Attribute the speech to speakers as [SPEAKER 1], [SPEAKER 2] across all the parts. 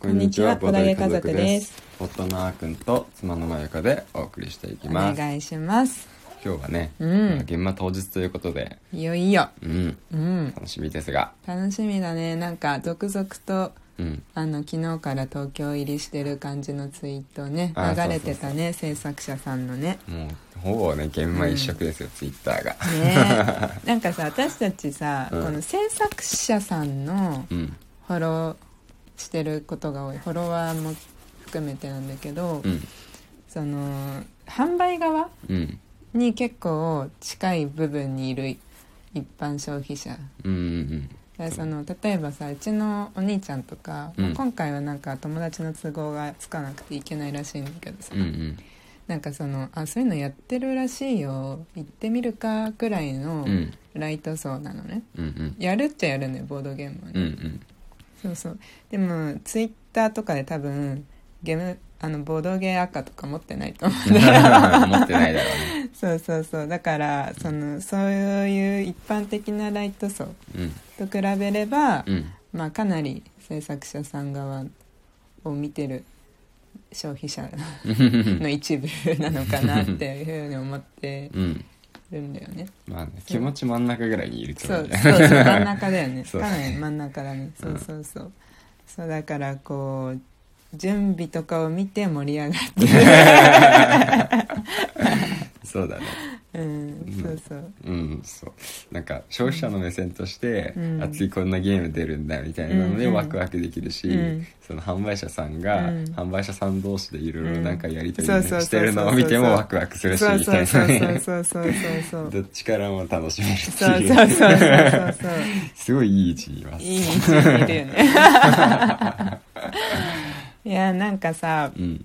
[SPEAKER 1] こ
[SPEAKER 2] んにちはボドゲ家族です
[SPEAKER 1] 夫のあーくんと妻のまゆかでお送りしていき
[SPEAKER 2] お
[SPEAKER 1] ます
[SPEAKER 2] 願いします
[SPEAKER 1] 今日はね、
[SPEAKER 2] うん
[SPEAKER 1] まあ現場当日ということで、
[SPEAKER 2] いよいよ
[SPEAKER 1] うん、
[SPEAKER 2] うん
[SPEAKER 1] 楽しみですが、
[SPEAKER 2] 楽しみだねなんか続々と
[SPEAKER 1] うん、
[SPEAKER 2] あの昨日から東京入りしてる感じのツイートね
[SPEAKER 1] あー
[SPEAKER 2] 流れてたね制作者さん のね
[SPEAKER 1] もうほぼね現場一色ですよ、ツイッターが
[SPEAKER 2] ねなんかさ私たちさ、
[SPEAKER 1] うん
[SPEAKER 2] この制作者さんの
[SPEAKER 1] うん
[SPEAKER 2] フォローしてることが多いフォロワーも含めてなんだけど、
[SPEAKER 1] うん
[SPEAKER 2] その販売側
[SPEAKER 1] うん
[SPEAKER 2] に結構近い部分にいる一般消費者
[SPEAKER 1] うんうん
[SPEAKER 2] でその例えばさうちのお兄ちゃんとか、
[SPEAKER 1] うん
[SPEAKER 2] まあ今回はなんか友達の都合がつかなくていけないらしいんだけどさ、
[SPEAKER 1] うんうん
[SPEAKER 2] なんかそのあそういうのやってるらしいよ行ってみるかぐらいの
[SPEAKER 1] うんうん
[SPEAKER 2] ライト層なのね、
[SPEAKER 1] うん
[SPEAKER 2] やるっちゃやるねボードゲームはね、
[SPEAKER 1] うんうん
[SPEAKER 2] そうそうでもツイッターとかで多分ゲームあのボードゲー赤とか持ってないと思うんだよ
[SPEAKER 1] 持ってないだろうね
[SPEAKER 2] そうそうそうだからそのそういう一般的なライト層
[SPEAKER 1] うん
[SPEAKER 2] と比べれば、
[SPEAKER 1] うん
[SPEAKER 2] まあ、かなり制作者さん側を見てる消費者の一部なのかなっていうふうに思って
[SPEAKER 1] うん
[SPEAKER 2] るん だよね
[SPEAKER 1] まあね気持ち真ん中ぐらいにいるつ
[SPEAKER 2] そ
[SPEAKER 1] も
[SPEAKER 2] う
[SPEAKER 1] りだ
[SPEAKER 2] そうそう真ん中だよ ね
[SPEAKER 1] そ
[SPEAKER 2] か
[SPEAKER 1] う
[SPEAKER 2] なり真ん中だねそうそうそう、そうだからこう準備とかを見て盛り上が
[SPEAKER 1] そうだね
[SPEAKER 2] る、 うん、そうそう
[SPEAKER 1] うんそうなんか消費者の目線として、
[SPEAKER 2] うん
[SPEAKER 1] あ次こんなゲーム出るんだみたいなので
[SPEAKER 2] うんうん
[SPEAKER 1] ワクワクできるし、
[SPEAKER 2] うん
[SPEAKER 1] その販売者さんが、
[SPEAKER 2] うん
[SPEAKER 1] 販売者さん同士でいろいろなんかやり取り
[SPEAKER 2] う
[SPEAKER 1] ね
[SPEAKER 2] んそうそうそうそう
[SPEAKER 1] してるのを見てもワクワクするし
[SPEAKER 2] そう
[SPEAKER 1] みた
[SPEAKER 2] そう
[SPEAKER 1] い
[SPEAKER 2] そう
[SPEAKER 1] な
[SPEAKER 2] そ
[SPEAKER 1] ね
[SPEAKER 2] うそうそうそう
[SPEAKER 1] どっちからも楽しめるって
[SPEAKER 2] そうそう
[SPEAKER 1] いう
[SPEAKER 2] そうそうそうそう
[SPEAKER 1] すごいいい位置にいます。
[SPEAKER 2] いい道にいるよねいやなんかさ
[SPEAKER 1] うん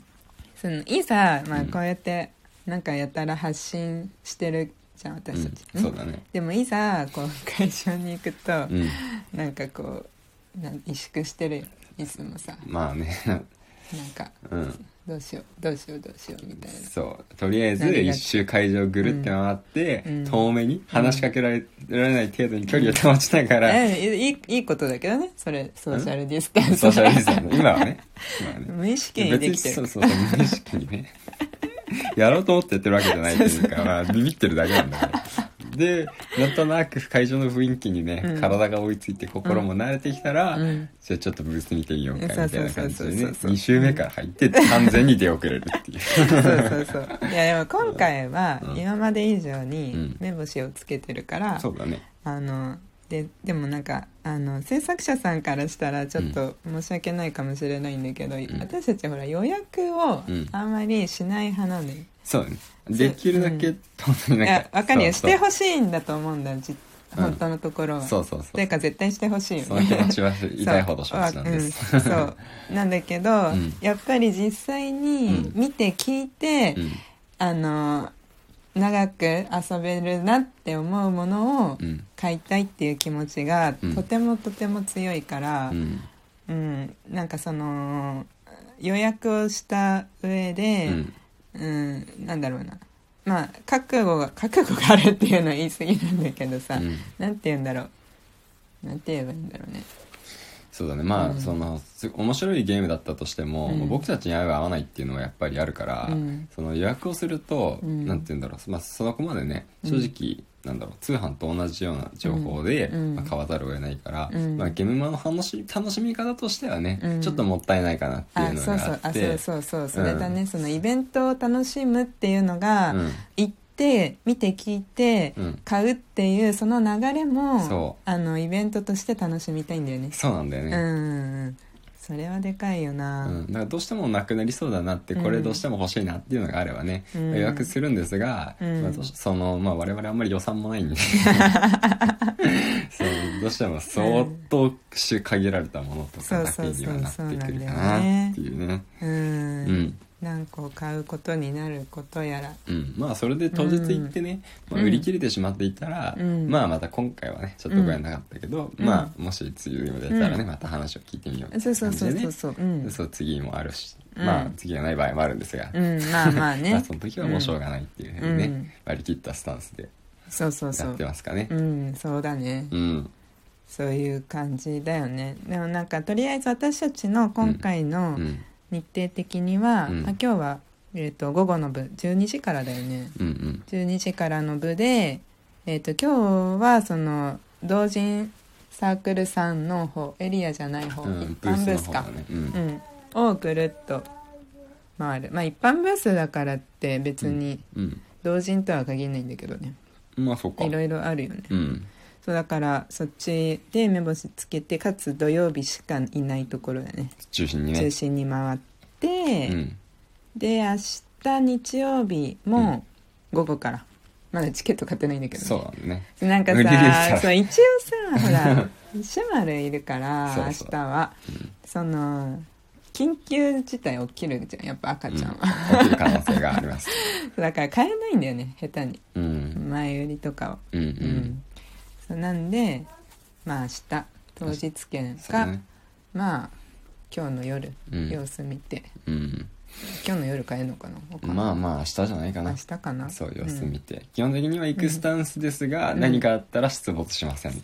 [SPEAKER 2] そのいざ、ま
[SPEAKER 1] う
[SPEAKER 2] あ、
[SPEAKER 1] ん
[SPEAKER 2] こうやってなんかやたら発信してるじゃん
[SPEAKER 1] う
[SPEAKER 2] 私たち、
[SPEAKER 1] ん、そうだね、
[SPEAKER 2] でもいざこう会場に行くと、
[SPEAKER 1] うん、
[SPEAKER 2] なんかこうなん萎縮してるよいつもさ
[SPEAKER 1] まあね、
[SPEAKER 2] なんか
[SPEAKER 1] うん、
[SPEAKER 2] どうしようどうしようどうしようみたいな
[SPEAKER 1] そうとりあえず一周会場ぐるって回って、
[SPEAKER 2] うん
[SPEAKER 1] 遠目に話しかけられ られない程度に距離を保ちながら、
[SPEAKER 2] えいいいいことだけどねそれソーシャルディスタンス
[SPEAKER 1] ソーシャルディスタ ンス今はね今はね
[SPEAKER 2] 無意識にできて
[SPEAKER 1] そう
[SPEAKER 2] る
[SPEAKER 1] そうそう無意識にね やろうと思ってやってるわけじゃないというかまあビビってるだけなんだからでなんとなく会場の雰囲気にね、
[SPEAKER 2] うん
[SPEAKER 1] 体が追いついて心も慣れてきたら、
[SPEAKER 2] うん
[SPEAKER 1] じゃあちょっとブース見てみようかみたいな感じで
[SPEAKER 2] そうそうそう
[SPEAKER 1] ね
[SPEAKER 2] そうそう
[SPEAKER 1] 2周目から入って完全に出遅れるっていう
[SPEAKER 2] そうそうそう いやでも今回は
[SPEAKER 1] うん
[SPEAKER 2] 今まで以上
[SPEAKER 1] う
[SPEAKER 2] に
[SPEAKER 1] ん
[SPEAKER 2] 目星をつけてるから、
[SPEAKER 1] そうだね
[SPEAKER 2] あのででもなんかあの制作者さんからしたらちょっと申し訳ないかもしれないんだけど、
[SPEAKER 1] ん
[SPEAKER 2] 私たちほら予約を
[SPEAKER 1] うん
[SPEAKER 2] あんまりしない派なんで、
[SPEAKER 1] そうだねできるだけ、
[SPEAKER 2] うん
[SPEAKER 1] 本当に
[SPEAKER 2] い
[SPEAKER 1] なん
[SPEAKER 2] や
[SPEAKER 1] か
[SPEAKER 2] わかるよ
[SPEAKER 1] そう
[SPEAKER 2] して
[SPEAKER 1] そう
[SPEAKER 2] ほしいんだと思うんだじ
[SPEAKER 1] うん
[SPEAKER 2] 本当のところは、
[SPEAKER 1] そうそう
[SPEAKER 2] と
[SPEAKER 1] そ
[SPEAKER 2] いううか絶対してほしい
[SPEAKER 1] そ
[SPEAKER 2] よ
[SPEAKER 1] の気
[SPEAKER 2] ね
[SPEAKER 1] 持ちは痛いほど承知なんです、
[SPEAKER 2] そう,わ、うんそうなんだけど、
[SPEAKER 1] ん
[SPEAKER 2] やっぱり実際に見て聞いて、
[SPEAKER 1] うん
[SPEAKER 2] あの長く遊べるなって思うものを
[SPEAKER 1] うん
[SPEAKER 2] 買いたいっていう気持ちが
[SPEAKER 1] うん
[SPEAKER 2] とてもとても強いから、
[SPEAKER 1] う
[SPEAKER 2] うん
[SPEAKER 1] ん
[SPEAKER 2] なんかその予約をした上
[SPEAKER 1] う
[SPEAKER 2] で、
[SPEAKER 1] ん
[SPEAKER 2] うん、なんだろうなまあ覚悟が覚悟があるっていうのは言い過ぎなんだけどさ、
[SPEAKER 1] うん
[SPEAKER 2] なんて言うんだろうなんて言えばいいんだろうね
[SPEAKER 1] そうだねまあ、
[SPEAKER 2] うん
[SPEAKER 1] そのす面白いゲームだったとしても、
[SPEAKER 2] うん
[SPEAKER 1] 僕たちに合う合わないっていうのはやっぱりあるから、
[SPEAKER 2] うん
[SPEAKER 1] その予約をすると、
[SPEAKER 2] うん
[SPEAKER 1] なんて言うんだろう、まあ、そこまでね
[SPEAKER 2] うん
[SPEAKER 1] 正直、なんだろう通販と同じような情報で、
[SPEAKER 2] うん
[SPEAKER 1] まあ、買わざるを得ないから、
[SPEAKER 2] うん
[SPEAKER 1] まあ、ゲームマの楽しみ楽しみ方としてはね、
[SPEAKER 2] うん
[SPEAKER 1] ちょっともったいないかなってい
[SPEAKER 2] あ
[SPEAKER 1] うの
[SPEAKER 2] そうそ
[SPEAKER 1] が
[SPEAKER 2] う
[SPEAKER 1] あっ
[SPEAKER 2] あ
[SPEAKER 1] て
[SPEAKER 2] そうそうそうそれだね、そのイベントを楽しむっていうのが、
[SPEAKER 1] うん
[SPEAKER 2] 行って見て聞いて、
[SPEAKER 1] うん
[SPEAKER 2] 買うっていうその流れ
[SPEAKER 1] そ
[SPEAKER 2] もあのイベントとして楽しみたいんだよね
[SPEAKER 1] そうなんだよ
[SPEAKER 2] う
[SPEAKER 1] ね、
[SPEAKER 2] んうんうんそれはでかいよな、
[SPEAKER 1] うん、だからどうしてもなくなりそうだなってこれどうしても欲しいなっていうのがあればね、
[SPEAKER 2] うん
[SPEAKER 1] 予約するんですが、
[SPEAKER 2] うん
[SPEAKER 1] まあどうしそのまあ、我々あんまり予算も ないんでそうどうしても相当種限られたものとかだけにはなってくるかなっていうね。
[SPEAKER 2] う
[SPEAKER 1] うんん
[SPEAKER 2] 何個買うことになることやら
[SPEAKER 1] うん、まあそれで当日行ってね、
[SPEAKER 2] うん
[SPEAKER 1] まあ、売り切れてしまっていたら、
[SPEAKER 2] うん
[SPEAKER 1] まあまた今回はねちょっとご縁なかったけど、
[SPEAKER 2] うん
[SPEAKER 1] まあもし次でも出たらね、
[SPEAKER 2] うん
[SPEAKER 1] また話を聞いてみよう
[SPEAKER 2] そうそうそうそう
[SPEAKER 1] ね
[SPEAKER 2] そう、うん、
[SPEAKER 1] そう次もあるし、
[SPEAKER 2] うん
[SPEAKER 1] まあ次がない場合もあるんですが、
[SPEAKER 2] うん、まあまあ
[SPEAKER 1] ま
[SPEAKER 2] ね
[SPEAKER 1] あその時はもうしょうがないっていうふうにね、
[SPEAKER 2] うん
[SPEAKER 1] 割り切ったスタンスで
[SPEAKER 2] そうそうそ
[SPEAKER 1] やっ
[SPEAKER 2] う
[SPEAKER 1] てますかね
[SPEAKER 2] うんそうだね、
[SPEAKER 1] うん、
[SPEAKER 2] そういう感じだよねでもなんかとりあえず私たちの今回の
[SPEAKER 1] うん
[SPEAKER 2] 日程的には、
[SPEAKER 1] うん
[SPEAKER 2] あ今日は、えー、と午後の部12時からだよね
[SPEAKER 1] うんうん
[SPEAKER 2] 12時からの部で、えー、と今日はその同人サークルさんの方エリアじゃない方、
[SPEAKER 1] うん
[SPEAKER 2] 一
[SPEAKER 1] ブー
[SPEAKER 2] 般
[SPEAKER 1] ス
[SPEAKER 2] ブ
[SPEAKER 1] の
[SPEAKER 2] ース
[SPEAKER 1] 方
[SPEAKER 2] か、
[SPEAKER 1] だねうん
[SPEAKER 2] うん、をぐるっと回るまあ一般ブースだからって別に
[SPEAKER 1] うん
[SPEAKER 2] 同人とは限らないんだけどね、
[SPEAKER 1] まあそっか
[SPEAKER 2] いろいろあるよね
[SPEAKER 1] うん
[SPEAKER 2] そうだからそっちで目星つけてかつ土曜日しかいないところだね
[SPEAKER 1] 中心にね
[SPEAKER 2] 中心に回っ
[SPEAKER 1] う
[SPEAKER 2] て、
[SPEAKER 1] ん
[SPEAKER 2] で明日日曜日も午後から、まだチケット買ってないんだけどね、
[SPEAKER 1] そうなんだね
[SPEAKER 2] なんか
[SPEAKER 1] 無理でした
[SPEAKER 2] さそう一応さほら シュマルいるから
[SPEAKER 1] そうそう
[SPEAKER 2] 明日は、その緊急事態起きるじゃんやっぱ赤ちゃんは、
[SPEAKER 1] 起きる可能性があり ます
[SPEAKER 2] だから買えないんだよね下手に
[SPEAKER 1] うん
[SPEAKER 2] 前売りとか
[SPEAKER 1] うんう
[SPEAKER 2] をうん、
[SPEAKER 1] ん
[SPEAKER 2] そうなんでまあ明日当日券
[SPEAKER 1] そう
[SPEAKER 2] か、
[SPEAKER 1] だね
[SPEAKER 2] まあ今日の夜、
[SPEAKER 1] うん
[SPEAKER 2] 様子見て
[SPEAKER 1] うん
[SPEAKER 2] 今日の夜買えるのかなわかんない
[SPEAKER 1] まあまあ明日じゃないか
[SPEAKER 2] 明
[SPEAKER 1] な
[SPEAKER 2] 日かな
[SPEAKER 1] そう様子見て、基本的には行くスタンスですが、
[SPEAKER 2] うん
[SPEAKER 1] 何かあったら出没しません、
[SPEAKER 2] そう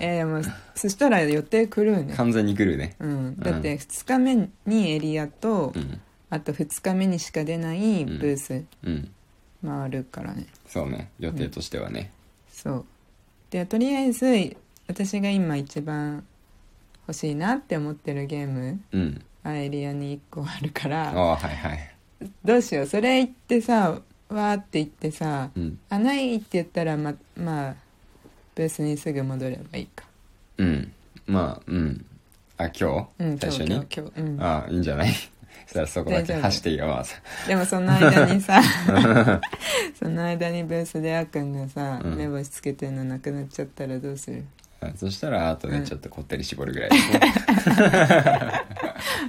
[SPEAKER 2] えー、でもそしたら予定狂うね、
[SPEAKER 1] 完全に来るね
[SPEAKER 2] うん、だって2日目にエリアと、
[SPEAKER 1] うん
[SPEAKER 2] あと2日目にしか出ないブース
[SPEAKER 1] うん
[SPEAKER 2] 回るからね、
[SPEAKER 1] そうね予定としてはね
[SPEAKER 2] そうでとりあえず私が今一番欲しいなって思ってるゲーム
[SPEAKER 1] うん、
[SPEAKER 2] あエリアに1個あるか
[SPEAKER 1] あ
[SPEAKER 2] ら
[SPEAKER 1] あはいはい
[SPEAKER 2] どうしようそれ言ってさわーって言ってさ
[SPEAKER 1] うん
[SPEAKER 2] あないって言ったらままあブースにすぐ戻ればいいか
[SPEAKER 1] うんまあうんあ今日、
[SPEAKER 2] うん今
[SPEAKER 1] 最初
[SPEAKER 2] 日
[SPEAKER 1] に
[SPEAKER 2] 今日今日、うん、
[SPEAKER 1] あいいんじゃない そしたらそこだけ
[SPEAKER 2] 大丈夫
[SPEAKER 1] 走っていいよまず
[SPEAKER 2] でもその間 にさその間にブースであっくんがさ、
[SPEAKER 1] うん
[SPEAKER 2] 目星つけてるのなくなっちゃったらどうする
[SPEAKER 1] あそしたらあと
[SPEAKER 2] う
[SPEAKER 1] ね
[SPEAKER 2] ん
[SPEAKER 1] ちょっとこってり絞るぐ らいですね
[SPEAKER 2] だからなんか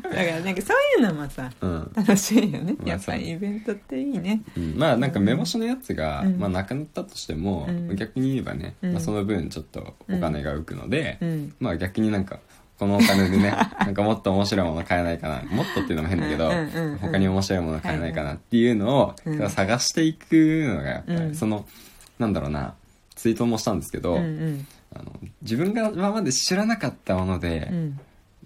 [SPEAKER 2] そういうのもさ
[SPEAKER 1] うん
[SPEAKER 2] 楽しいよね
[SPEAKER 1] まあ
[SPEAKER 2] やっぱりイベントっていいね
[SPEAKER 1] うんまあなんか目星のやつが、
[SPEAKER 2] うん
[SPEAKER 1] まあ、なくなったとしても、
[SPEAKER 2] うん
[SPEAKER 1] 逆に言えばね、
[SPEAKER 2] うん
[SPEAKER 1] まあ、その分ちょっとお金が浮くので、
[SPEAKER 2] うん
[SPEAKER 1] まあ逆になんかこのお金でね なんかもっと面白いもの買えないかなもっとっていうのも変だけど、
[SPEAKER 2] うんうんうん
[SPEAKER 1] 他に面白いもの買えないかなっていうのを、
[SPEAKER 2] うん
[SPEAKER 1] 探していくのがやっぱり、
[SPEAKER 2] うん
[SPEAKER 1] そのなんだろうなツイートもしたんですけど、
[SPEAKER 2] うんうん
[SPEAKER 1] あの自分が今まで知らなかったもの
[SPEAKER 2] う
[SPEAKER 1] で、
[SPEAKER 2] ん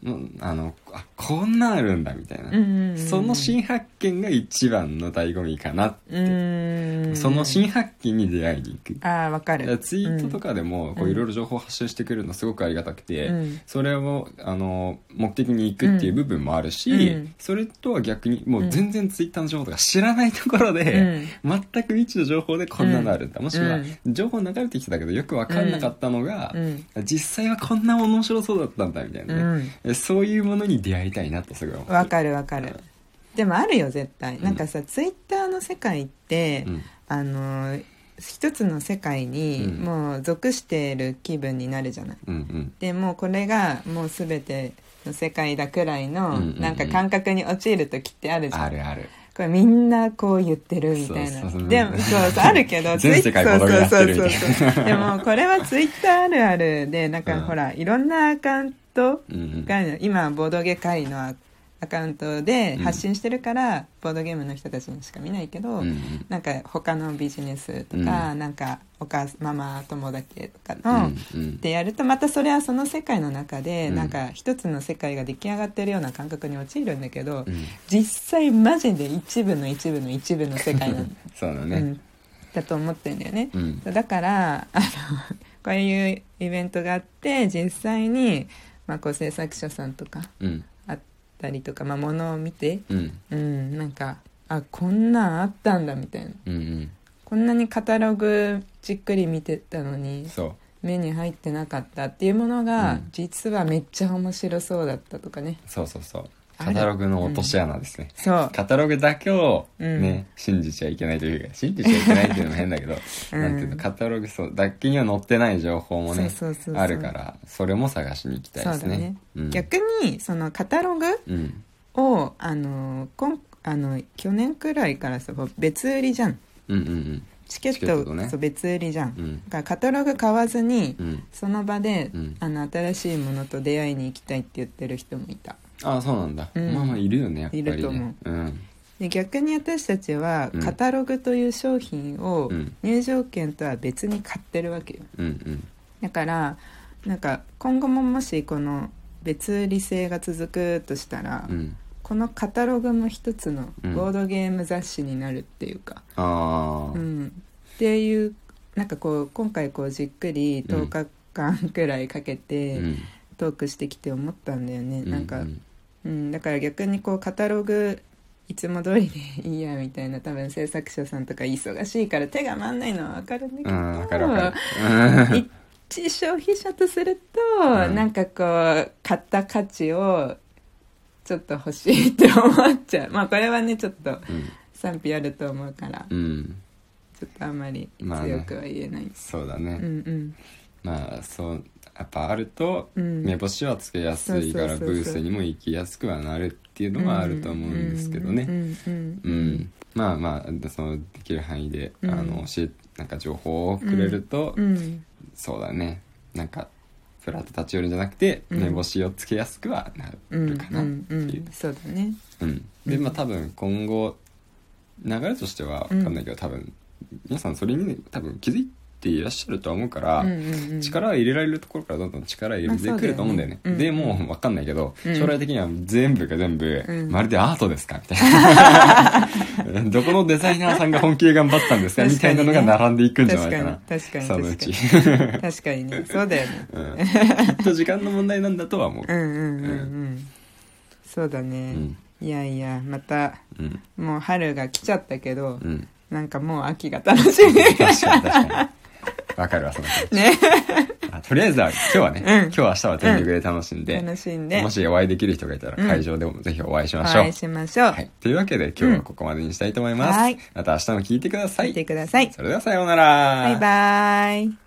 [SPEAKER 1] うんあのあこんなんあるんだみたいな、
[SPEAKER 2] うんうんうん
[SPEAKER 1] その新発見が一番の醍醐味かなって、
[SPEAKER 2] うん
[SPEAKER 1] その新発見に出会いに行く。
[SPEAKER 2] ああわか
[SPEAKER 1] だから
[SPEAKER 2] る
[SPEAKER 1] ツイートとかでもこ
[SPEAKER 2] う
[SPEAKER 1] うんいろいろ情報発信してくれるのすごくありがたくて、
[SPEAKER 2] うん
[SPEAKER 1] それをあの目的に行くっていう部分もあるし、
[SPEAKER 2] うん
[SPEAKER 1] それとは逆にもう全然ツイッターの情報とか知らないところで、全く未知の情報でこんなのあるんだ、もしくは
[SPEAKER 2] うん
[SPEAKER 1] 情報流れてきてたけどよく分かんなかったのが
[SPEAKER 2] う、ん
[SPEAKER 1] 実際はこんな面白そうだったんだみたいな
[SPEAKER 2] う
[SPEAKER 1] ね、
[SPEAKER 2] ん
[SPEAKER 1] えそういうものに出会いたいなとすごい思って
[SPEAKER 2] わかるわかるでもあるよ絶対なんかさツイッターの世界って、
[SPEAKER 1] うん
[SPEAKER 2] あの一つの世界に
[SPEAKER 1] うん
[SPEAKER 2] もう属している気分になるじゃない、
[SPEAKER 1] うん
[SPEAKER 2] でもうこれがもう全ての世界だくらいの
[SPEAKER 1] うんうんうん
[SPEAKER 2] なんか感覚に陥る時ってある
[SPEAKER 1] うん
[SPEAKER 2] じゃん、
[SPEAKER 1] あるある
[SPEAKER 2] これみんなこう言ってるみたいな
[SPEAKER 1] そうそうそう
[SPEAKER 2] でもそうそうあるけ ど
[SPEAKER 1] 全世界
[SPEAKER 2] そう
[SPEAKER 1] ボロ
[SPEAKER 2] そう
[SPEAKER 1] が
[SPEAKER 2] そ
[SPEAKER 1] やって
[SPEAKER 2] う
[SPEAKER 1] るみ
[SPEAKER 2] そ
[SPEAKER 1] た
[SPEAKER 2] う
[SPEAKER 1] い
[SPEAKER 2] そうでもこれはツイッターあるあるでなん
[SPEAKER 1] う
[SPEAKER 2] か
[SPEAKER 1] ん
[SPEAKER 2] ほら、いろんなアカウント
[SPEAKER 1] うんうん
[SPEAKER 2] が今ボードゲ界のアカウントで発信してるから、ボードゲームの人たちにしか見ないけど、
[SPEAKER 1] うんうん
[SPEAKER 2] なんか他のビジネスとか、
[SPEAKER 1] う
[SPEAKER 2] なんかお母さんママ友だけとか
[SPEAKER 1] う
[SPEAKER 2] の、
[SPEAKER 1] んうん
[SPEAKER 2] でやるとまたそれはその世界の中で、
[SPEAKER 1] うん
[SPEAKER 2] なんか一つの世界が出来上がってるような感覚に陥るんだけど、
[SPEAKER 1] うん
[SPEAKER 2] 実際マジで一部の一部の一部の世界なん、
[SPEAKER 1] そうだ
[SPEAKER 2] う
[SPEAKER 1] ね
[SPEAKER 2] ん、だと思ってんだよね。
[SPEAKER 1] うん
[SPEAKER 2] だからあの こういうイベントがあって実際に、まあ、こう制作者さんとか
[SPEAKER 1] うん
[SPEAKER 2] あったりとか、まあ、ものを見て、
[SPEAKER 1] うん
[SPEAKER 2] うん、なんかあこんなんあったんだみたいな。
[SPEAKER 1] うん
[SPEAKER 2] こんなにカタログじっくり見てたの
[SPEAKER 1] うん
[SPEAKER 2] に
[SPEAKER 1] そう
[SPEAKER 2] 目に入ってなかったっていうものが、
[SPEAKER 1] うん
[SPEAKER 2] 実はめっちゃ面白そうだったとかね
[SPEAKER 1] そうそうそう
[SPEAKER 2] あ
[SPEAKER 1] カ
[SPEAKER 2] る
[SPEAKER 1] タログの落とし穴ですね、
[SPEAKER 2] そう
[SPEAKER 1] カタログだけを
[SPEAKER 2] うん
[SPEAKER 1] ね、信じちゃいけないというか信じちゃいけないっていうのも変だけど、
[SPEAKER 2] うん
[SPEAKER 1] なんていうのカタログそうだけには載ってない情報もね
[SPEAKER 2] そうそうそうそう
[SPEAKER 1] あるからそれも探しに行きたいです
[SPEAKER 2] そうだね
[SPEAKER 1] ねうん、
[SPEAKER 2] 逆にそのカタログ
[SPEAKER 1] うん
[SPEAKER 2] をあの今あの去年くらいからさ別売りじゃん
[SPEAKER 1] うんうん
[SPEAKER 2] チケット
[SPEAKER 1] チケットね
[SPEAKER 2] そう別売りじゃん、
[SPEAKER 1] うんうん
[SPEAKER 2] だからカタログ買わずに、
[SPEAKER 1] うん
[SPEAKER 2] その場で、
[SPEAKER 1] うん
[SPEAKER 2] あの新しいものと出会いに行きたいって言ってる人もいた
[SPEAKER 1] ああそうなんだ、
[SPEAKER 2] うん
[SPEAKER 1] まあまあいるよねやっぱりね
[SPEAKER 2] いると思
[SPEAKER 1] うん
[SPEAKER 2] で逆に私たちは
[SPEAKER 1] うん
[SPEAKER 2] カタログという商品を
[SPEAKER 1] うん
[SPEAKER 2] 入場券とは別に買ってるわけよ
[SPEAKER 1] うんうん
[SPEAKER 2] だからなんか今後ももしこの別売り性が続くとしたら、
[SPEAKER 1] うん
[SPEAKER 2] このカタログも一つの
[SPEAKER 1] うん
[SPEAKER 2] ボードゲーム雑誌になるっていうか、
[SPEAKER 1] あ
[SPEAKER 2] う
[SPEAKER 1] あ
[SPEAKER 2] ん、っていうなんかこう今回こうじっくり10日間くらいかけて
[SPEAKER 1] うん
[SPEAKER 2] トークしてきて思ったんだよね、なんか
[SPEAKER 1] う
[SPEAKER 2] うん、だから逆にこうカタログいつも通りでいいやみたいな多分制作者さんとか忙しいから手が回んないのは分かるんだけ
[SPEAKER 1] う
[SPEAKER 2] ど、
[SPEAKER 1] んわかるわかるうん
[SPEAKER 2] 一消費者とすると、
[SPEAKER 1] うん
[SPEAKER 2] なんかこう買った価値をちょっと欲しいって思っちゃうま あこれはねちょっと賛否あると思うから
[SPEAKER 1] うんうん
[SPEAKER 2] ちょっとあんまり
[SPEAKER 1] まあね
[SPEAKER 2] 強くは言えないんです、
[SPEAKER 1] そうだね
[SPEAKER 2] うん
[SPEAKER 1] まあそうやっぱあると
[SPEAKER 2] うんうん
[SPEAKER 1] 目星はつけやすいから
[SPEAKER 2] そうそうそう
[SPEAKER 1] ブ
[SPEAKER 2] そう
[SPEAKER 1] ースにも行きやすくはなるっていうのはあると思うんですけどね
[SPEAKER 2] うん
[SPEAKER 1] う
[SPEAKER 2] うん
[SPEAKER 1] んまあまあそのできる範囲であ
[SPEAKER 2] うん
[SPEAKER 1] の教えなんか情報をくれると
[SPEAKER 2] うんうん
[SPEAKER 1] そうだねなんかプラット立ち寄るんじゃなくて
[SPEAKER 2] うん
[SPEAKER 1] 目星をつけやすくはな
[SPEAKER 2] うん
[SPEAKER 1] るかなって
[SPEAKER 2] うん
[SPEAKER 1] いう
[SPEAKER 2] う、んそうだね
[SPEAKER 1] うん、でまあ多分今後流れとしては分かんないけど、多分皆さんそれにね多分気づいていらっしゃるとは思うから、
[SPEAKER 2] うんうんうん
[SPEAKER 1] 力を入れられるところからどんどん力を入れてくると思うんだよね,、
[SPEAKER 2] まあそうだ
[SPEAKER 1] で
[SPEAKER 2] よね
[SPEAKER 1] もう分かんないけど、
[SPEAKER 2] うん
[SPEAKER 1] 将来的には全部が全部、
[SPEAKER 2] うん
[SPEAKER 1] まるでアートですかみたい などこのデザイナーさんが本気で頑張ったんですかみ
[SPEAKER 2] 確
[SPEAKER 1] た
[SPEAKER 2] か
[SPEAKER 1] い
[SPEAKER 2] に
[SPEAKER 1] な
[SPEAKER 2] ね
[SPEAKER 1] のが並んでいくんじゃない
[SPEAKER 2] 確
[SPEAKER 1] か
[SPEAKER 2] か
[SPEAKER 1] な
[SPEAKER 2] に確かに
[SPEAKER 1] そのう
[SPEAKER 2] 確か
[SPEAKER 1] ち
[SPEAKER 2] に 確かにねそうだよね
[SPEAKER 1] うん、きっと時間の問題なんだとは思う
[SPEAKER 2] うんうんうんうんそうだ
[SPEAKER 1] う
[SPEAKER 2] ね、
[SPEAKER 1] ん
[SPEAKER 2] いやいやまた
[SPEAKER 1] うん
[SPEAKER 2] もう春が来ちゃったけど
[SPEAKER 1] うん
[SPEAKER 2] なんかもう秋が楽しみ
[SPEAKER 1] 確かに確かに分かるわその気持ち
[SPEAKER 2] ね
[SPEAKER 1] あとりあえずは今日はね、
[SPEAKER 2] うん
[SPEAKER 1] 今日明日は全力で楽しんで、
[SPEAKER 2] 楽しんで
[SPEAKER 1] もしお会いできる人がいたら
[SPEAKER 2] うん
[SPEAKER 1] 会場でもぜひお会いし
[SPEAKER 2] お
[SPEAKER 1] ましょう、
[SPEAKER 2] 会いしましょう、
[SPEAKER 1] はい、というわけで今日はここまでにしたいと思います、
[SPEAKER 2] うんはい
[SPEAKER 1] また明日も聞いてくださ
[SPEAKER 2] 見
[SPEAKER 1] い
[SPEAKER 2] てください
[SPEAKER 1] それではさようなら
[SPEAKER 2] バイバイ